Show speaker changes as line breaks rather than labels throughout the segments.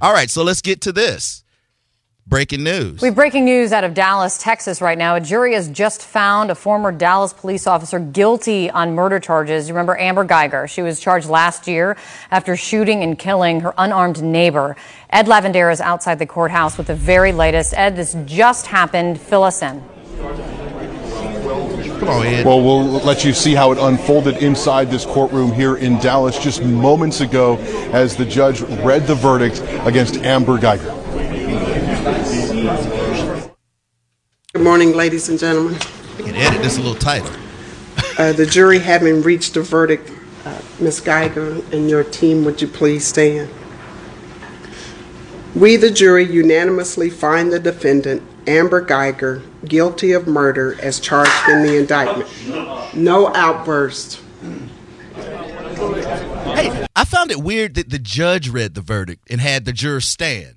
All right, so let's get to this. Breaking news.
We have breaking news out of Dallas, Texas right now. A jury has just found a former Dallas police officer guilty on murder charges. You remember Amber Geiger? She was charged last year after shooting and killing her unarmed neighbor. Ed Lavender is outside the courthouse with the very latest. Ed, this just happened. Fill us in.
Come on, Ed.
Well, we'll let you see how it unfolded inside this courtroom here in Dallas just moments ago as the judge read the verdict against Amber Geiger.
Good morning, ladies and gentlemen.
And edit this a little tighter.
Uh, The jury having reached a verdict, uh, Ms. Geiger and your team, would you please stand? We, the jury, unanimously find the defendant, Amber Geiger, guilty of murder as charged in the indictment. No outburst.
Hey, I found it weird that the judge read the verdict and had the jurors stand.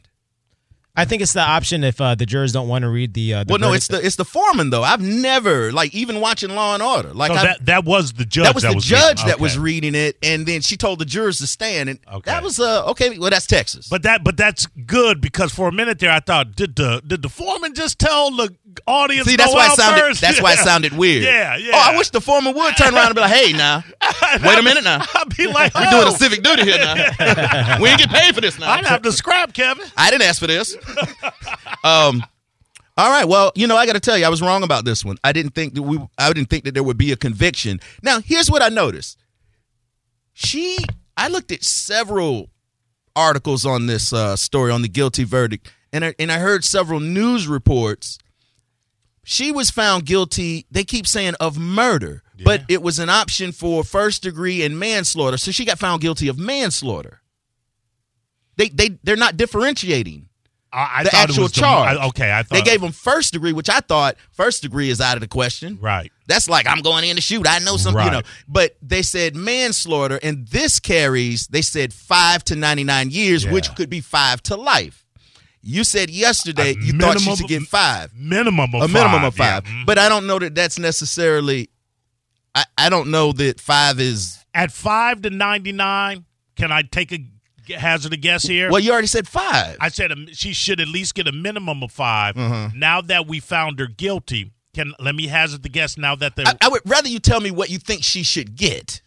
I think it's the option if uh, the jurors don't want to read the. Uh, the
Well, no,
verdict.
it's the it's the foreman though. I've never like even watching Law and Order. Like
So
I,
that that was the judge.
that was the
reading.
judge that was
Okay.
reading it, and then she told the jurors to stand. And
Okay.
that was uh okay. Well, that's Texas.
But that but that's good because for a minute there I thought did the did the foreman just tell the audience?
see, that's
no
why it
out
sounded
first?
that's why it
Yeah.
sounded weird.
Yeah, yeah.
Oh, I wish the foreman would turn around and be like, "Hey, now, wait a minute, now,
I'd be like,
we're
oh,
doing a civic duty here now. we ain't get paid for this now.
I'd have to scrap Kevin.
I didn't ask for this. um, all right. Well, you know, I got to tell you, I was wrong about this one. I didn't think that we. I didn't think that there would be a conviction. Now, here's what I noticed. She. I looked at several articles on this uh, story on the guilty verdict, and I, and I heard several news reports. She was found guilty. They keep saying of murder, but it was an option for first degree and manslaughter. So she got found guilty of manslaughter. They they they're not differentiating
I, I
the
thought it
actual
was the-
charge.
I- okay, I thought
they gave him first degree, which I thought first degree is out of the question.
right.
That's like I'm going in to shoot. I know something, you
Right.
know. But they said manslaughter, and this carries. They said five to ninety nine years,
Yeah.
which could be five to life. You said yesterday
A
you thought she
minimum-
should get five,
Minimum of
a
five,
minimum of
yeah.
five.
Mhm.
But I don't know that that's necessarily. I, I don't know that five is.
at five to ninety nine, can I take a g- hazard a guess here?
Well, you already said five.
I said um, she should at least get a minimum of 5
Uh-huh.
Now that we found her guilty, can let me hazard the guess. Now that they're
I, I would rather you tell me what you think she should get.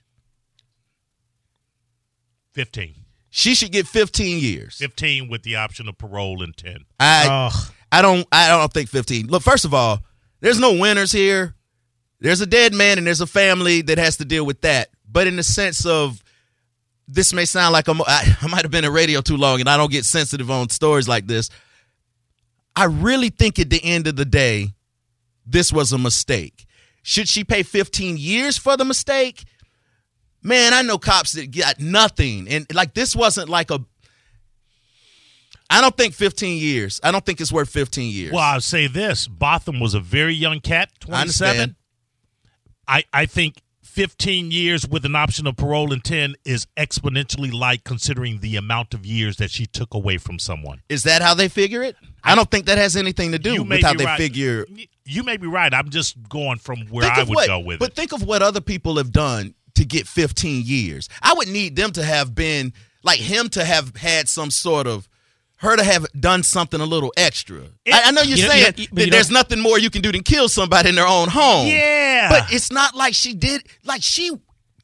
fifteen.
She should get fifteen years.
15 with the option of parole and 10.
I
Ugh.
I don't I don't think 15. Look, first of all, there's no winners here. There's a dead man and there's a family that has to deal with that. But in the sense of this may sound like I'm, I, I might have been in radio too long and I don't get sensitive on stories like this. I really think at the end of the day, this was a mistake. Should she pay 15 years for the mistake? Man, I know cops that got nothing. And like this wasn't like a I don't think 15 years. I don't think it's worth 15 years.
Well, I'll say this Botham was a very young cat,
I understand.
27. I, I think 15 years with an option of parole and 10 is exponentially light considering the amount of years that she took away from someone.
Is that how they figure it? I don't think that has anything to do with how
be
they
right.
figure.
You may be right. I'm just going from where
Think
I
of
would
what,
go with
but
it.
think of what other people have done to get 15 years. I would need them to have been like him to have had some sort of her to have done something a little extra. I, I know you're
You know- you
saying
know- you- but you
that there's
know-
nothing more you can do than kill somebody in their own home.
Yeah.
but it's not like she did. Like she,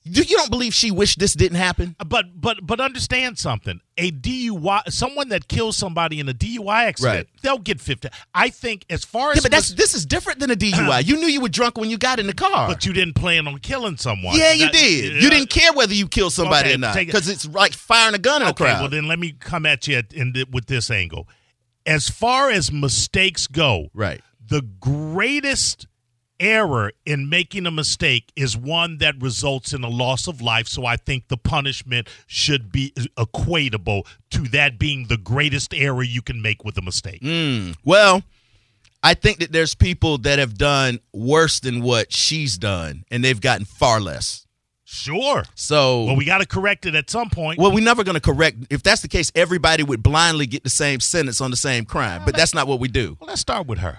you, you don't believe she wished this didn't happen?
But but but understand something. A DUI, someone that kills somebody in a DUI accident,
Right.
they'll get 15. I think as far as
Yeah, but that's
mis-
this is different than a DUI. you knew you were drunk when you got in the car.
But you didn't plan on killing someone.
Yeah, you
That-
did.
Yeah.
You didn't care whether you killed somebody
Okay,
or not
take it-
because it's like firing a gun at a
Okay,
crowd.
well then let me come at you at, in the, with this angle. As far as mistakes go,
right.
the greatest error in making a mistake is one that results in a loss of life. So I think the punishment should be equatable to that being the greatest error you can make with a mistake.
Mm. Well, I think that there's people that have done worse than what she's done, and they've gotten far less.
Sure.
So,
Well, we got to correct it at some point.
well, we're never going to correct. If that's the case, everybody would blindly get the same sentence on the same crime, but that's not what we do.
Well, let's start with her.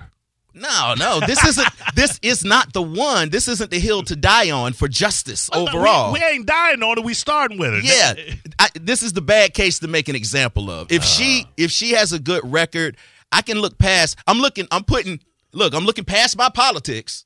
No, no, this isn't. this is not the one. This isn't the hill to die on for justice overall.
we, we ain't dying on it. We starting with it.
yeah, I, this is the bad case to make an example of. If
Uh.
she if she has a good record, I can look past. I'm looking. I'm putting. Look, I'm looking past my politics.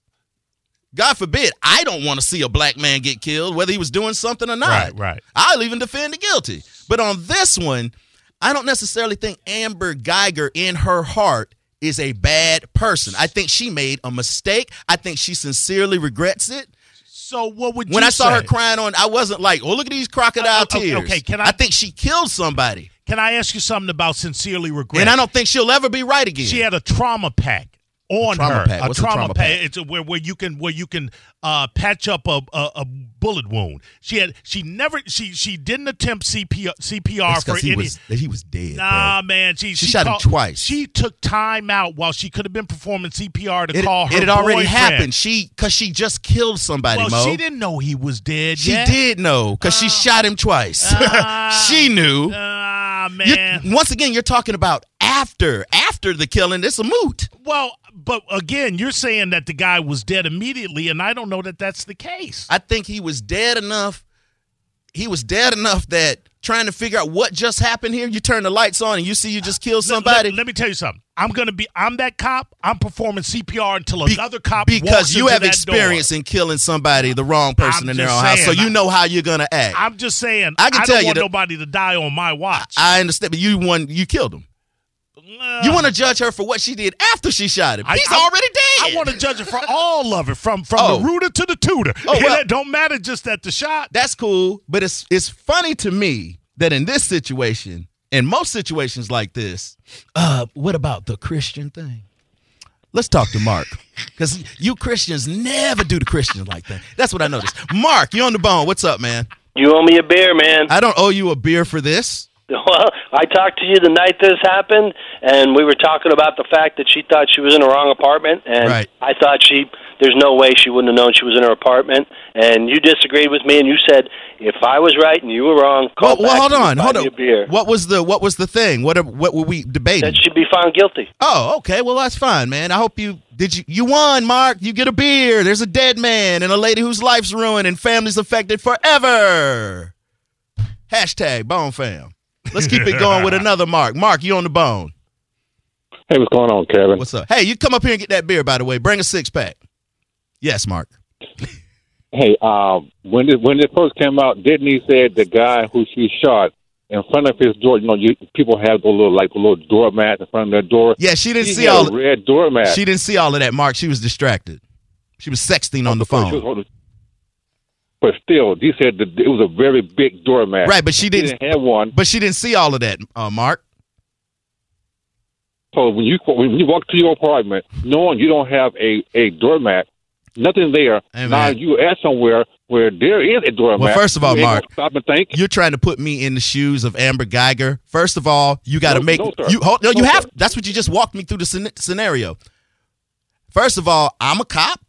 God forbid, I don't want to see a black man get killed, whether he was doing something or not.
Right, right.
I'll even defend the guilty. But on this one, I don't necessarily think Amber Geiger in her heart is a bad person. I think she made a mistake. I think she sincerely regrets it.
So what would
When
you
I saw her
say?
crying on, I wasn't like, "Oh, look at these crocodile
Uh, okay,
tears."
okay, can I-
I think she killed somebody,
Can I ask you something about sincerely regret?
and I don't think she'll ever be right again.
She had a trauma pack on
trauma
her.
pack?
A
What's a
trauma,
trauma
pack.
pack?
It's a- where where you can where you can uh, patch up a, a a bullet wound. She had she never she she didn't attempt CPR CPR
That's
for
'cause he
any.
was he was dead.
Nah,
bro.
man. She,
She shot him
called-
twice.
She took time out while she could have been performing CPR to
it,
call her.
it had already
boyfriend.
happened. She because she just killed somebody.
Well,
Mo.
she didn't know he was dead.
She
yet. Uh,
did know because she shot him twice. she knew.
Ah,
You're-
man.
once again, you're talking about after after the killing. It's a moot.
well, but again, you're saying that the guy was dead immediately, and I don't know that that's the case.
I think he was dead enough. He was dead enough that trying to figure out what just happened here. You turn the lights on and you see you just killed
Uh, Let-
somebody.
Let, let me tell you something. I'm gonna be. I'm that cop. I'm performing CPR until
Be-
another cop walks
because you
into
have
that
experience in killing somebody, the wrong person
I'm
in their
just
own house, so
saying,
you
I-
know how you're gonna act.
Door. I'm just saying.
I can
don't
tell you
want
that-
nobody to die on my watch.
I understand, but you won. You killed him.
Uh,
You want to judge her for what she did after she shot him?
I-
He's
I-
already dead.
I want to judge it for all of it, from from
Oh.
the rooter to the tutor.
Oh,
And
well-
it don't matter just at the shot.
that's cool. But it's it's funny to me that in this situation, in most situations like this, uh, what about the Christian thing? Let's talk to Mark. Because you Christians never do the Christian like that. That's what I noticed. Mark, you on the bone. What's up, man?
You owe me a beer, man.
I don't owe you a beer for this.
Well, I talked to you the night this happened, and we were talking about the fact that she thought she was in the wrong apartment, and
Right.
I thought she there's no way she wouldn't have known she was in her apartment, and you disagreed with me, and you said if I was right and you were wrong,
Well,
call
well,
back
hold
and
on,
buy
hold
me
on.
a beer.
What was the what was the thing? What what were we debating?
That she'd be found guilty.
Oh, okay. Well, that's fine, man. I hope you did. You you won, Mark. You get a beer. There's a dead man and a lady whose life's ruined and families affected forever. Hashtag Bone Fam. Let's keep it going with another Mark. Mark, you on the bone?
Hey, what's going on, Kevin?
What's up? Hey, you come up here and get that beer. By the way, bring a six pack. Yes, Mark.
Hey, um, when this, when this post came out, didn't he say the guy who she shot in front of his door? You know, you, people have the little like the little doormat in front of their door.
Yeah, she didn't
He
see
had
all.
a red doormat.
She didn't see all of that, Mark. She was distracted. She was sexting on the
She was
phone.
holding- But still, he said that it was a very big doormat.
Right, but she
He
didn't.
have one.
But she didn't see all of that, uh, Mark.
So when you when you walk to your apartment, knowing you don't have a a doormat, nothing there.
Hey,
now
man.
you at somewhere where there is a doormat.
Well, first of all,
you ain't gonna
Mark,
stop and think.
you're trying to put me in the shoes of Amber Geiger. First of all, you got to
No,
make
no, sir.
you hold. No, you
No,
have.
sir.
That's what you just walked me through the scen- scenario. First of all, I'm a cop.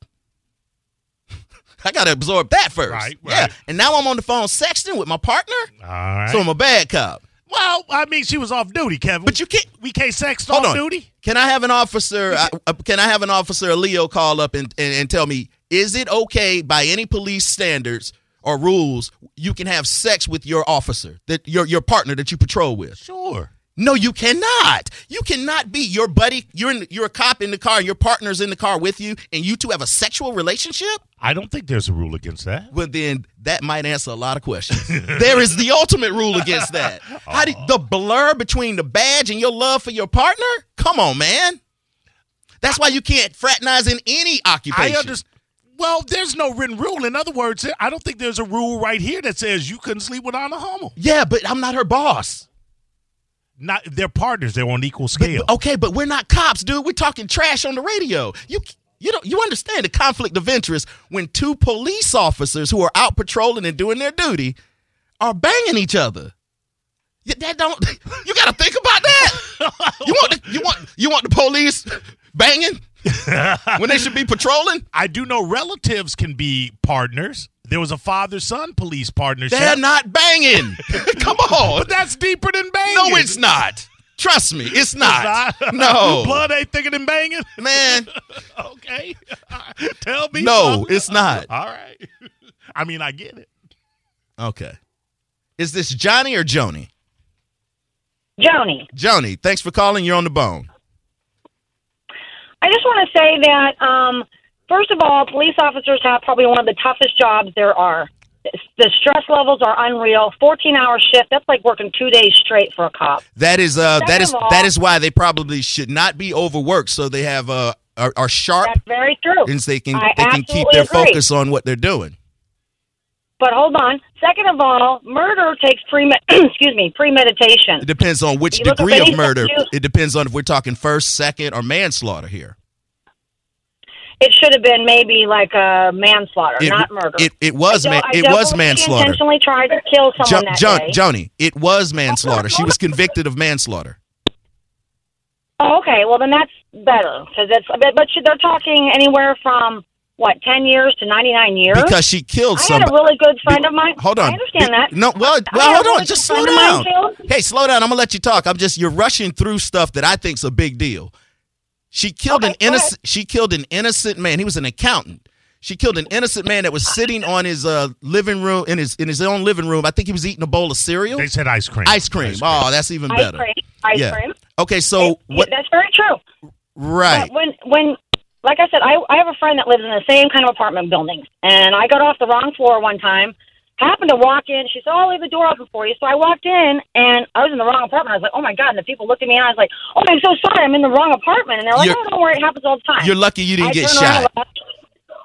I got to absorb that first.
Right,
Yeah,
right.
and now I'm on the phone sexting with my partner,
All right.
so I'm a bad cop.
well, I mean, she was off duty, Kevin.
But you can't.
we can't sex
Hold
off
on.
duty.
Can I have an officer? I, uh, can I have an officer, Leo, call up and, and, and tell me is it okay by any police standards or rules you can have sex with your officer that your your partner that you patrol with?
Sure.
No, you cannot. You cannot be your buddy. You're in, you're a cop in the car, and your partner's in the car with you, and you two have a sexual relationship.
I don't think there's a rule against that.
Well, then that might answer a lot of questions. there is the ultimate rule against that. How do, the blur between the badge and your love for your partner? Come on, man. That's why you can't fraternize in any occupation.
I understand. Well, there's no written rule. In other words, I don't think there's a rule right here that says you couldn't sleep with Anna Hummel.
Yeah, but I'm not her boss.
Not they're partners. They're on equal
But-
scale.
but- okay, but we're not cops, dude. We're talking trash on the radio. You you don't you understand the conflict of interest when two police officers who are out patrolling and doing their duty are banging each other. Y- That don't you got to think about that. You want the, you want you want the police banging oh, when they should be patrolling?
I do know relatives can be partners. There was a father-son police partnership.
They're not banging. Come on.
That's deeper than banging.
No, it's not. Trust me, it's not.
Your
No,
blood ain't thicker than banging.
man.
okay, tell me.
No,
something.
it's not.
All right. I mean, I get it.
Okay. Is this Johnny or Joni?
Joni,
Joni, thanks for calling. You're on the bone.
I just want to say that, um, first of all, police officers have probably one of the toughest jobs there are. The stress levels are unreal. 14 hour shift, that's like working two days straight for a cop.
That is uh that
Second
is
of all-
that is why they probably should not be overworked so they have uh are, are sharp
That's very true.
and they can
I
they can keep
absolutely
their
agree.
focus on what they're doing.
But hold on. Second of all, murder takes pre excuse me premeditation.
It depends on which
You look
degree
up
of
any
murder.
statute-
It depends on if we're talking first, second, or manslaughter here.
It should have been maybe like a manslaughter,
It,
not murder.
It, it was
I
man,
don't- I
it was
double- she
manslaughter.
Intentionally tried to kill someone that
Jo- Jo-
day.
Joni, it was manslaughter. She was convicted of manslaughter.
Oh, okay, well then that's better because it's. But, but they're talking anywhere from what ten years to ninety nine years.
Because she killed
I had
somebody.
a really good friend of mine.
Hold on.
I
Be-
understand that.
No, well,
I
well
had a
hold
really
on. Just
good
slow
friend
down.
of mine, too.
Hey, slow down. I'm gonna let you talk. I'm just you're rushing through stuff that I think's a big deal. She killed
Okay,
an
go ahead.
innocent. She killed an innocent man. He was an accountant. She killed an innocent man that was sitting on his uh, living room in his in his own living room. I think he was eating a bowl of cereal,
They said ice cream.
ice cream. Oh, that's even
Ice
better.
cream. Ice
yeah.
cream.
Okay, so what?
That's very true.
Right.
But when when like I said, I I have a friend that lives in the same kind of apartment buildings, and I got off the wrong floor one time. Happened to walk in. She said, "Oh, I'll leave the door open for you." So I walked in, and I was in the wrong apartment. I was like, "Oh my god!" And the people looked at me, and I was like, "Oh, I'm so sorry. I'm in the wrong apartment." And they're like,
You're-
"Oh, don't worry. It happens all the time."
You're lucky you didn't
I
get
turned around
shot.
and left.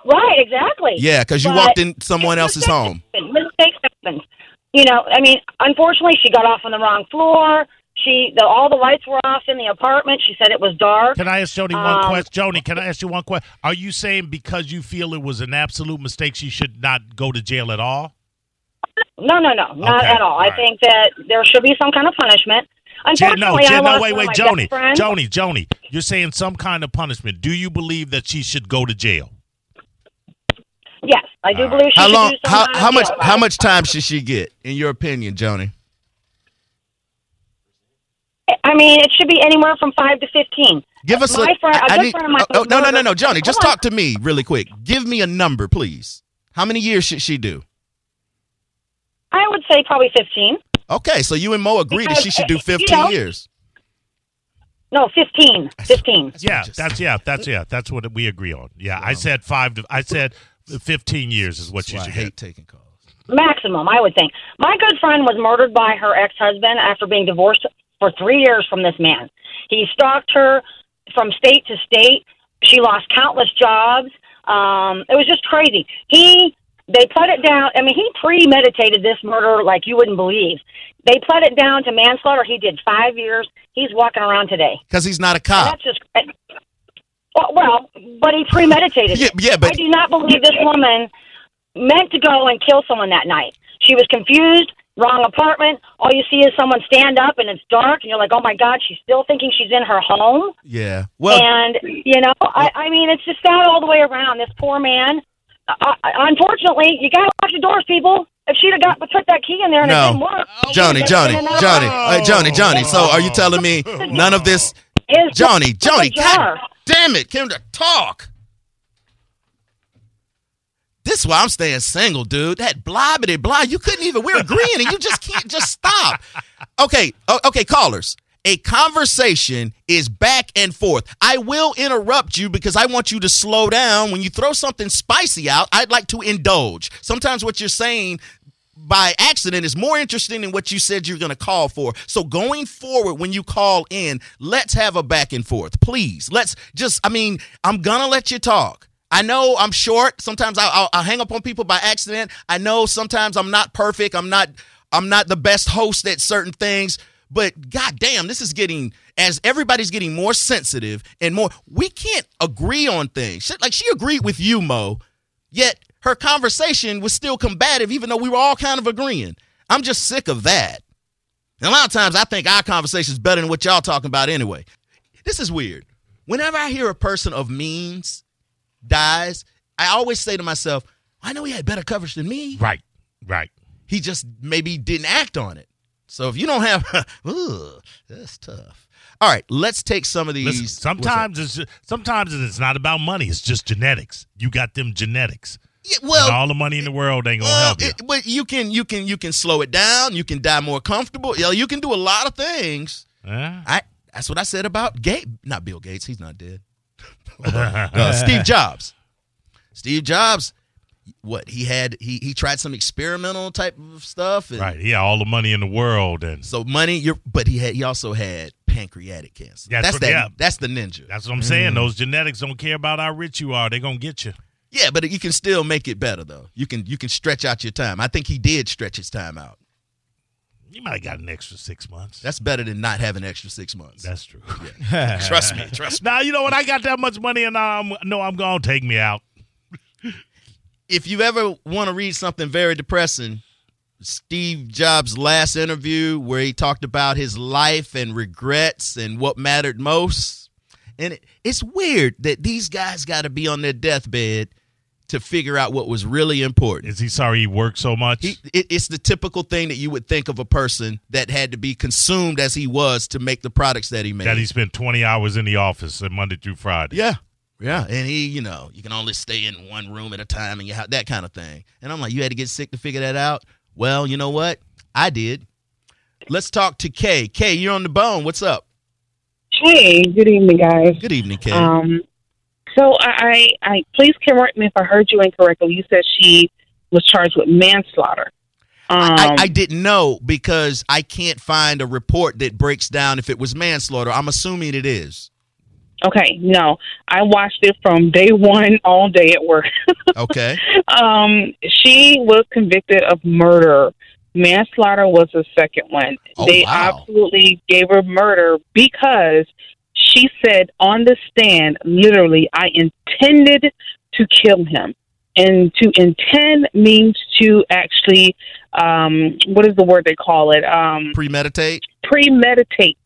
Right, exactly.
Yeah, because you
But
walked in someone else's
mistakes
home.
happen. Mistakes happen. You know, I mean, unfortunately, she got off on the wrong floor. She, the, all the lights were off in the apartment. She said it was dark.
Can I ask Joni one
Um,
question? Joni, can I ask you one question? Are you saying because you feel it was an absolute mistake, she should not go to jail at all?
No, no, no, not
Okay,
at all.
all
I
right.
think that there should be some kind of punishment.
Ja- no,
Unfortunately,
Ja-
I
no,
lost
wait,
one
wait,
of my
Joni,
best friends.
Joni, Joni. You're saying some kind of punishment. Do you believe that she should go to jail?
Yes, I do
All
believe she
How
should
long?
do some
How,
kind of
how much?
jail time.
How much time should she get, in your opinion, Joni?
I mean, it should be anywhere from five to fifteen.
Give us
my
a.
friend,
I-
a
I
good
need-
friend of mine
oh,
was
no, no, no, no,
murdered.
Johnny. Just
Hold on.
talk to me really quick. Give me a number, please. How many years should she do?
I would say probably fifteen.
Okay, so you and Mo agree that she should do
Because, uh, you
15
know-
years.
No, fifteen. Fifteen.
yeah,
just
that's yeah, that's yeah, that's what we agree on. Yeah, I said five to I said fifteen years is what
That's
you
why I
should
hate
get.
taking calls.
maximum, I would think. My good friend was murdered by her ex husband after being divorced for three years from this man. He stalked her from state to state. She lost countless jobs. Um, it was just crazy. He they put it down. I mean, he premeditated this murder like you wouldn't believe. They put it down to manslaughter. He did five years. He's walking around today.
Because he's not a cop.
That's just. eh, Well, well, but he premeditated.
Yeah,
it.
yeah, but-
I do not believe this woman meant to go and kill someone that night. She was confused, wrong apartment. All you see is someone stand up, and it's dark, and you're like, "Oh my God, she's still thinking she's in her home."
Yeah. Well,
and you know, I, I mean, it's just sad all the way around. This poor man. Uh, unfortunately, you gotta lock your doors, people. If she'd have got put that key in there and
No.
it didn't work,
Johnny,
she'd
Johnny,
have been in another
Johnny,
room.
uh, Johnny, Johnny. So are you telling me none of this?
His-
Johnny,
it's a
Johnny, God
jar.
damn it, Kendra, talk. This is why I'm staying single, dude. That blobbity blah. You couldn't even. We're agreeing, and you just can't just stop. Okay, o- okay, callers. A conversation is back and forth. I will interrupt you because I want you to slow down. When you throw something spicy out, I'd like to indulge. Sometimes what you're saying by accident is more interesting than what you said you're going to call for. So going forward, when you call in, let's have a back and forth, please. Let's just, I mean, I'm going to let you talk. I know I'm short. Sometimes I, I'll, I'll hang up on people by accident. I know sometimes I'm not perfect. I'm not, I'm not the best host at certain things. But goddamn, this is getting as everybody's getting more sensitive and more. We can't agree on things. Shit, Like she agreed with you, Mo. Yet her conversation was still combative, even though we were all kind of agreeing. I'm just sick of that. And a lot of times I think our conversation is better than what y'all talking about anyway. This is weird. Whenever I hear a person of means dies, I always say to myself, I know he had better coverage than me.
Right, right.
He just maybe didn't act on it. So if you don't have, Ugh, that's tough. All right, let's take some of these.
Listen,
what's up?
sometimes it's ju- sometimes it's not about money. It's just genetics. You got them genetics.
Yeah,
And
well,
all the money in the world ain't gonna
well,
help you.
Uh, it- but you can you can you can slow it down. You can die more comfortable. You, know, you can do a lot of things.
Huh?
I that's what I said about Gates. Not Bill Gates. He's not dead. Uh, Steve Jobs. Steve Jobs. What he had, he he tried some experimental type of stuff. And
right? Yeah, all the money in the world, and
So money, you're, but he had he also had pancreatic cancer.
That's what-
that.
yeah.
That's the ninja.
that's what I'm saying.
Mm.
Those genetics don't care about how rich you are. They're gonna get you.
yeah, but you can still make it better though. You can you can stretch out your time. I think he did stretch his time out.
You might have got an extra six months.
That's better than not having extra six months.
That's true.
trust me, trust me.
now you know when I got that much money, and I'm no, I'm gonna take me out.
If you ever want to read something very depressing, Steve Jobs' last interview where he talked about his life and regrets and what mattered most. And it, it's weird that these guys got to be on their deathbed to figure out what was really important.
Is he sorry he worked so much?
He, it, it's the typical thing that you would think of a person that had to be consumed as he was to make the products that he made.
that he spent 20 hours in the office uh, Monday through Friday.
yeah, yeah, and he, you know, you can only stay in one room at a time, and you have that kind of thing. And I'm like, you had to get sick to figure that out. Well, you know what? I did. Let's talk to Kay. Kay, you're on the bone. What's up?
Hey, good evening, guys.
Good evening, Kay.
Um, so I, I, I please correct me if I heard you incorrectly. You said she was charged with manslaughter. Um,
I, I didn't know because I can't find a report that breaks down if it was manslaughter. I'm assuming it is.
okay, no, I watched it from day one, all day at work.
Okay.
um, she was convicted of murder. Manslaughter was the second one.
Oh,
they
wow.
absolutely gave her murder because she said on the stand, literally, I intended to kill him. And to intend means to actually, um, what is the word they call it? Um,
Premeditate.
premeditate.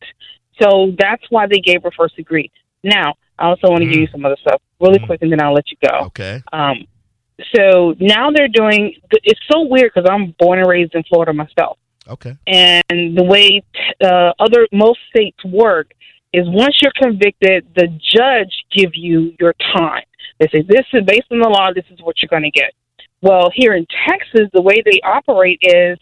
So that's why they gave her first degree. Now, I also want to give you
Mm-hmm.
some other stuff really
Mm.
quick, and then I'll let you go.
Okay.
Um, so now they're doing. It's so weird because I'm born and raised in Florida myself,
Okay.
and the way t- uh, other most states work is once you're convicted, the judge give you your time. They say this is based on the law. This is what you're going to get. Well, here in Texas, the way they operate is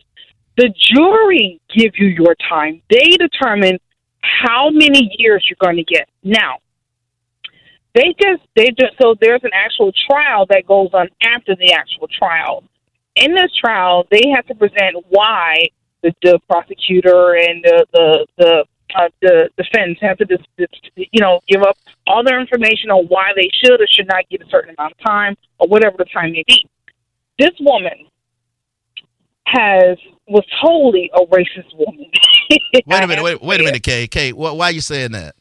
the jury give you your time. They determine how many years you're going to get. Now, they just they just so there's an actual trial that goes on after the actual trial. In this trial, they have to present why the, the prosecutor and the the the, uh, the defense have to dis- dis- you know give up all their information on why they should or should not get a certain amount of time or whatever the time may be. This woman has was totally a racist woman.
Wait a minute. Wait, wait a minute, Kay. Kay, wh- why are you saying that?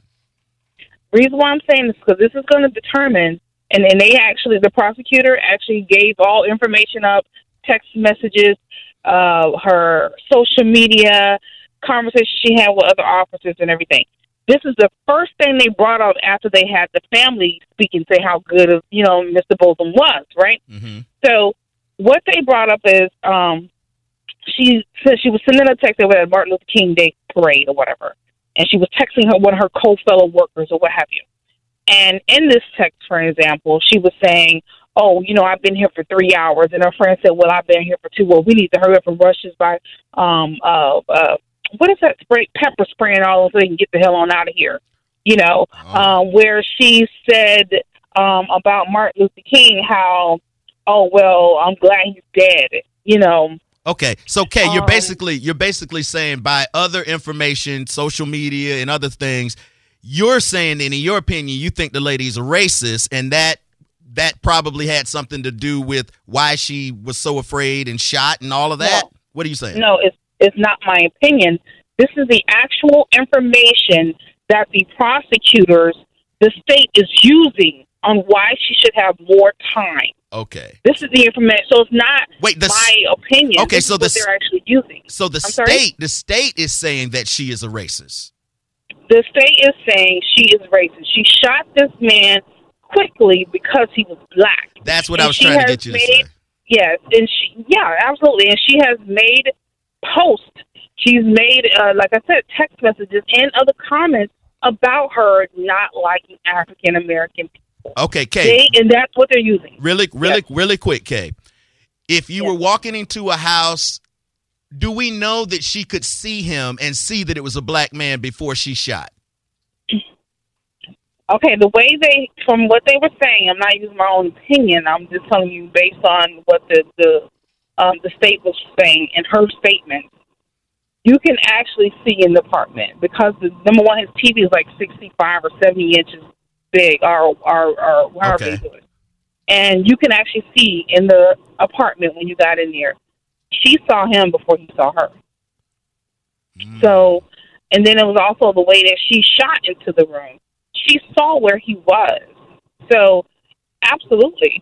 reason why I'm saying this because this is going to determine, and, and they actually, the prosecutor actually gave all information up, text messages, uh, her social media, conversations she had with other officers and everything. This is the first thing they brought up after they had the family speak and say how good of, you know, Mr. Bolton was, right?
Mm-hmm.
So what they brought up is um, she said she was sending a text over at Martin Luther King Day parade or whatever, and she was texting her one of her co-fellow workers or what have you. And in this text, for example, she was saying, "Oh, you know, I've been here for three hours," and her friend said, "Well, I've been here for two. Well, we need to hurry up and rush this by um uh, uh what is that spray pepper spraying all so they can get the hell on out of here." You know, uh, where she said um, about Martin Luther King how oh well i'm glad he's dead you know
Okay, so Kay, you're
Um,
basically you're basically saying by other information, social media, and other things, you're saying that in your opinion, you think the lady's a racist, and that that probably had something to do with why she was so afraid and shot and all of that.
No.
What are you saying?
no it's it's not my opinion this is the actual information that the prosecutors the state is using on why she should have more time
Okay,
this is the information so it's not
wait. The
my opinion
Okay,
This is
so
what
the s-
they're actually using
so the
I'm sorry?
state the state is saying that she is a racist.
the state is saying she is racist she shot this man quickly because he was black
That's what I
And
was
she
trying to
has
get you to
made
say.
Yes, and she, yeah, absolutely, and she has made posts She's made, uh, like I said, text messages and other comments about her not liking African American people.
Okay, Kay.
They, and that's what they're using.
Really, really, really quick, Kay. If you were walking into a house, do we know that she could see him and see that it was a black man before she shot?
Okay, the way they, from what they were saying, I'm not using my own opinion. I'm just telling you based on what the the um, the state was saying in her statement. You can actually see in the apartment because the, number one, his TV is like 65 or 70 inches big, or or, or however
Okay.
they do it, and you can actually see in the apartment when you got in there. She saw him before he saw her.
Mm.
So, and then it was also the way that she shot into the room. She saw where he was. So, absolutely.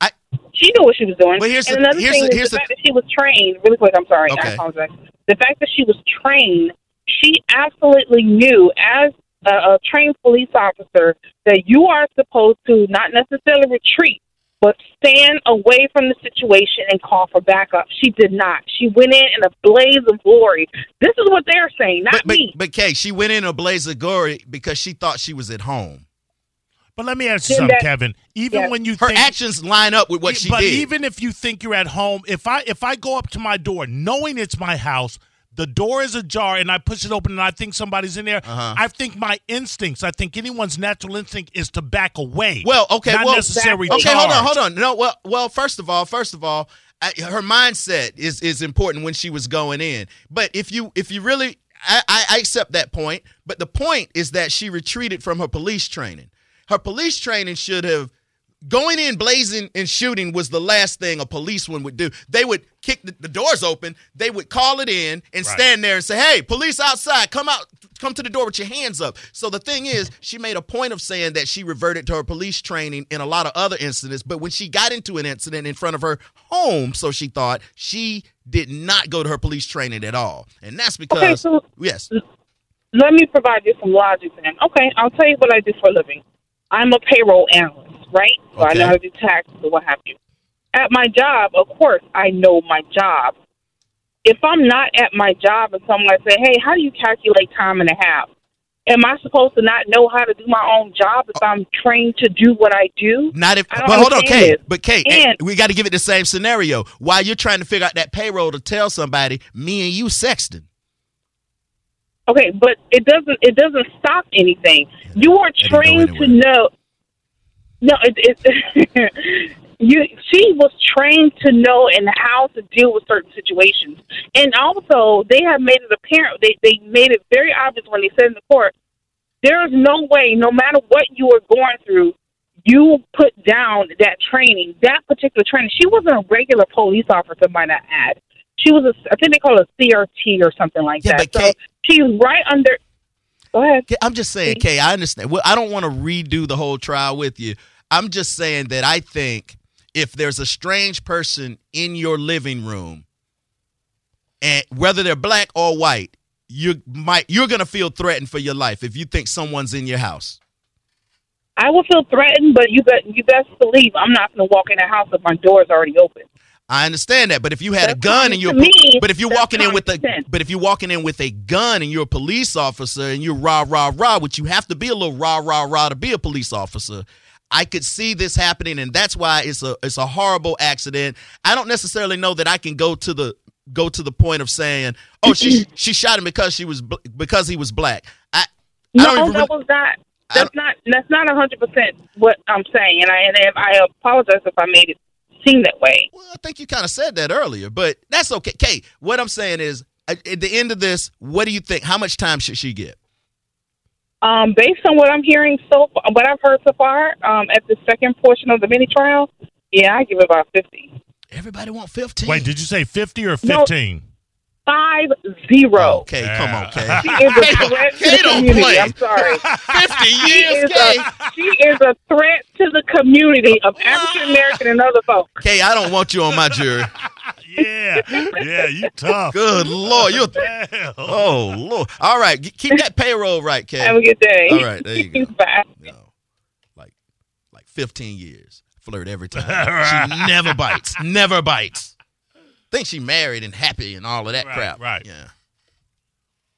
I, she knew what she was doing.
But here's
and
the-
another
here's
thing
the-
is
here's
the
the-
fact that she was trained, really quick, I'm sorry,
Okay.
I apologize. The fact that she was trained, she absolutely knew as a, a trained police officer that you are supposed to not necessarily retreat, but stand away from the situation and call for backup. She did not. She went in in a blaze of glory. This is what they're saying, not
But
me.
but Kay, she went in a blaze of glory because she thought she was at home.
But let me ask you
Then
something,
that-
Kevin. Even
yeah.
when you
Her
think, e,
actions line up with what she
but
did.
even if you think you're at home, if I if I go up to my door knowing it's my house, the door is ajar, and I push it open, and I think somebody's in there.
Uh-huh.
I think my instincts, I think anyone's natural instinct is to back away.
Well, okay,
not
well,
necessarily.
okay, hold on,
charged.
hold on. No, well, well, first of all, first of all, I, her mindset is is important when she was going in. But if you if you really, I, I, I accept that point. But the point is that she retreated from her police training. Her police training should have going in blazing and shooting was the last thing a policeman would do. They would kick the, the doors open, they would call it in and
Right.
stand there and say, "Hey, police outside, come out, come to the door with your hands up." So the thing is, she made a point of saying that she reverted to her police training in a lot of other incidents, but when she got into an incident in front of her home, so she thought, she did not go to her police training at all. And that's because
Okay, so-
yes.
let me provide you some logic then. Okay, I'll tell you what I do for a living. I'm a payroll analyst, right? So I know
Okay.
how to do taxes or what have you. At my job, of course, I know my job. If I'm not at my job and someone say, hey, how do you calculate time and a half? Am I supposed to not know how to do my own job if I'm trained to do what I do?
Not if,
I don't
but hold on,
understand
Kate.
this.
But Kate,
And-
eh, we got to give it the same scenario. While you're trying to figure out that payroll to tell somebody, me and you sexting.
Okay, but it doesn't it doesn't stop anything. You are trained to know. No, it, it you. She was trained to know and how to deal with certain situations, and also they have made it apparent. They they made it very obvious when they said in the court, there is no way, no matter what you are going through, you put down that training, that particular training. She wasn't a regular police officer by that ad. She was, a, I think they call it a CRT or something like that. so she's right under. Go ahead.
I'm just saying, Kay, I understand. Well, I don't want to redo the whole trial with you. I'm just saying that I think if there's a strange person in your living room, and whether they're black or white, you might you're gonna feel threatened for your life if you think someone's in your house.
I will feel threatened, but you bet you best believe I'm not going to walk in the house if my door is already open.
I understand that, but if you had a gun and you're
to me,
but if you're
that's
walking in
common
with a but if you're walking in with a gun and you're a police officer and you're rah rah rah, which you have to be a little rah rah rah to be a police officer. I could see this happening, and that's why it's a it's a horrible accident. I don't necessarily know that I can go to the go to the point of saying, "Oh, she she shot him because she was bl- because he was black." I, I
No,
don't even
that was not. That's not. That's not a hundred percent what I'm saying, and I and I apologize if I made it seem that way.
I think you kind of said that earlier, but that's okay. Kay, what I'm saying is, at at the end of this, what do you think? How much time should she get?
Um, based on what I'm hearing so far, what I've heard so far, um, at the second portion of the mini trial, yeah, I give it about fifty.
Everybody want 15.
Wait, did you say 50 or
No.
15?
Five zero.
Okay, come on, Kay.
She is a threat to the community. I'm sorry.
Fifty
years. She is, a, she is a threat to the community of African American and other folks.
Kay, I don't want you on my jury.
yeah, yeah, you tough.
Good lord, you're. Oh lord. All right, g- keep that payroll right, Kay.
Have a good day.
All right, there you go.
Bye.
No, like, like fifteen years. Flirt every time. She never bites. Never bites. think she married and happy and all of that crap. Right. Yeah.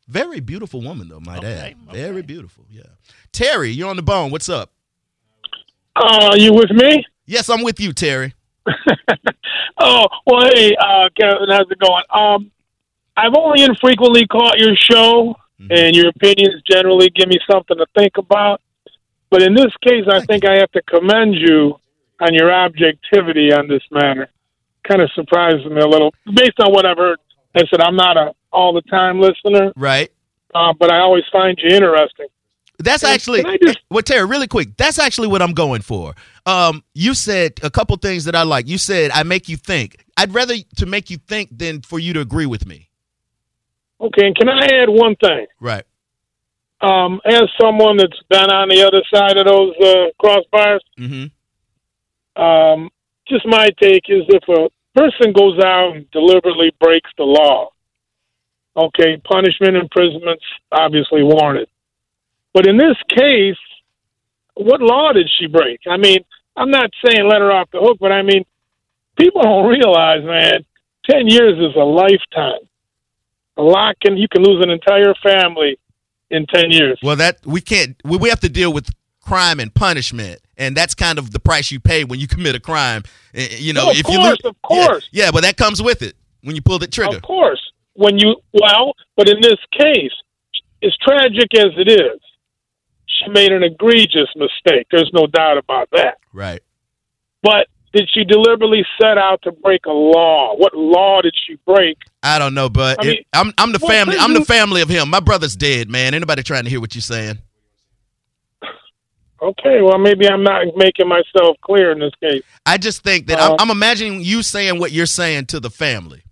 Very beautiful woman though, might add. Very beautiful. Yeah. Terry, you're on the bone. What's up?
Uh, you with me?
Yes, I'm with you, Terry.
Oh, well, hey, uh, Kevin, how's it going? Um, I've only infrequently caught your show, and your opinions generally give me something to think about. But in this case, I think I have to commend you on your objectivity on this matter. Kind of surprised me a little, based on what I've heard. I said I'm not a all the time listener,
right?
Uh, but I always find you interesting.
That's actually well, Terry. Really quick, that's actually what I'm going for. Um, you said a couple things that I like. You said I make you think. I'd rather to make you think than for you to agree with me.
Okay, and can I add one thing?
Right.
Um, as someone that's been on the other side of those uh, crossbars,
Mm-hmm.
um, just my take is if a person goes out and deliberately breaks the law, okay, punishment, imprisonment's obviously warranted. But in this case, what law did she break? I mean, I'm not saying let her off the hook, but I mean, people don't realize, man, 10 years is a lifetime. A lot can, you can lose an entire family in 10 years.
Well, that we can't. We, we have to deal with crime and punishment, and that's kind of the price you pay when you commit a crime. Eh, You know,
No, of
if you
course,
lose,
of course.
yeah, yeah, but that comes with it when you pull the trigger.
Of course, when you well, but in this case, as tragic as it is, she made an egregious mistake. There's no doubt about that.
Right.
But did she deliberately set out to break a law? What law did she break?
I don't know, but it-
I mean-
I'm I'm the
Well,
family.
could
I'm the
you-
family of him. My brother's dead, man. Anybody trying to hear what you're saying?
Okay, well maybe I'm not making myself clear in this case.
I just think that
Uh,
I'm, I'm imagining you saying what you're saying to the family.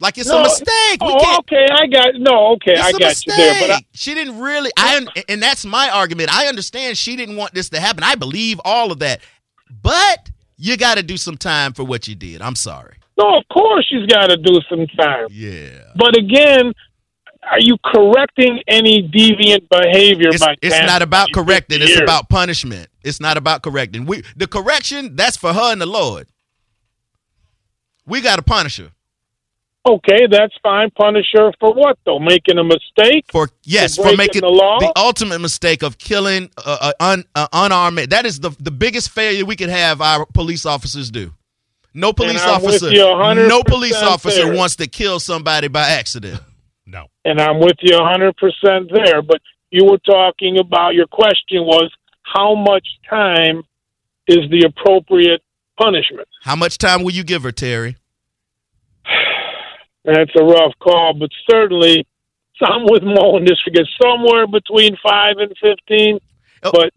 Like it's a
No,
mistake. We
oh,
can't,
okay, I got no. Okay,
It's
I
a
got you there, but I,
mistake. she didn't really. I un- and that's my argument. I understand she didn't want this to happen. I believe all of that, but you got to do some time for what you did. I'm sorry.
no, of course she's got to do some time.
Yeah.
But again, are you correcting any deviant behavior
It's,
by
it's
10,
not about correcting. It's
50 years?
about punishment. It's not about correcting. We the correction that's for her and the Lord. We got to punish her.
Okay, that's fine. Punish her for what though? Making a mistake
for Yes, for,
breaking
making
the law.
ultimate mistake of killing uh, uh, un, uh, unarmed. That is the the biggest failure we could have our police officers do. No police
I'm with
officer.
you 100%
No police officer
there.
wants to kill somebody by accident.
and I'm with you 100 percent there. But you were talking about your question was how much time is the appropriate punishment?
How much time will you give her, Terry?
That's a rough call, but certainly so I'm with Mo in this because somewhere between five and fifteen,
Oh.
but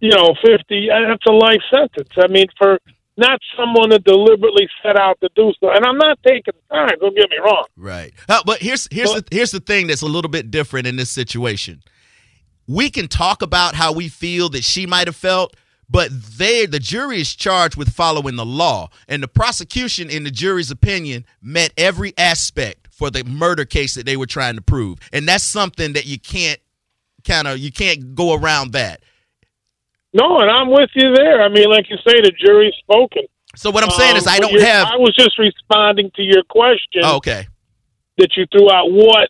you know, fifty. uh, That's a life sentence. I mean, for not someone that deliberately set out to do so, and I'm not taking time. Don't get me wrong.
Right. Uh, but here's here's the, here's the thing that's a little bit different in this situation. We can talk about how we feel that she might have felt, but they the jury is charged with following the law, and the prosecution, in the jury's opinion, met every aspect for the murder case that they were trying to prove, and that's something that you can't kind of you can't go around that.
No, and I'm with you there. I mean, like you say, the jury's spoken.
So what I'm saying is I
but
don't
you're-
have-
Um, I was just responding to your question.
Oh, okay.
That you threw out. What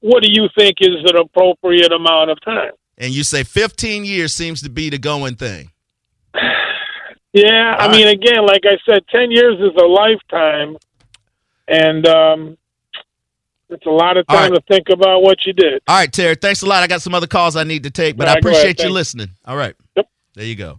What do you think is an appropriate amount of time?
And you say 15 years seems to be the going thing.
Yeah, I mean, again, like I said, ten years is a lifetime, and um, it's a lot of
All
time to think about what you did.
All right, Terry. Thanks a lot. I got some other calls I need to take, but
All
I
right, go ahead.
appreciate you
Thanks.
listening. All right. There you go.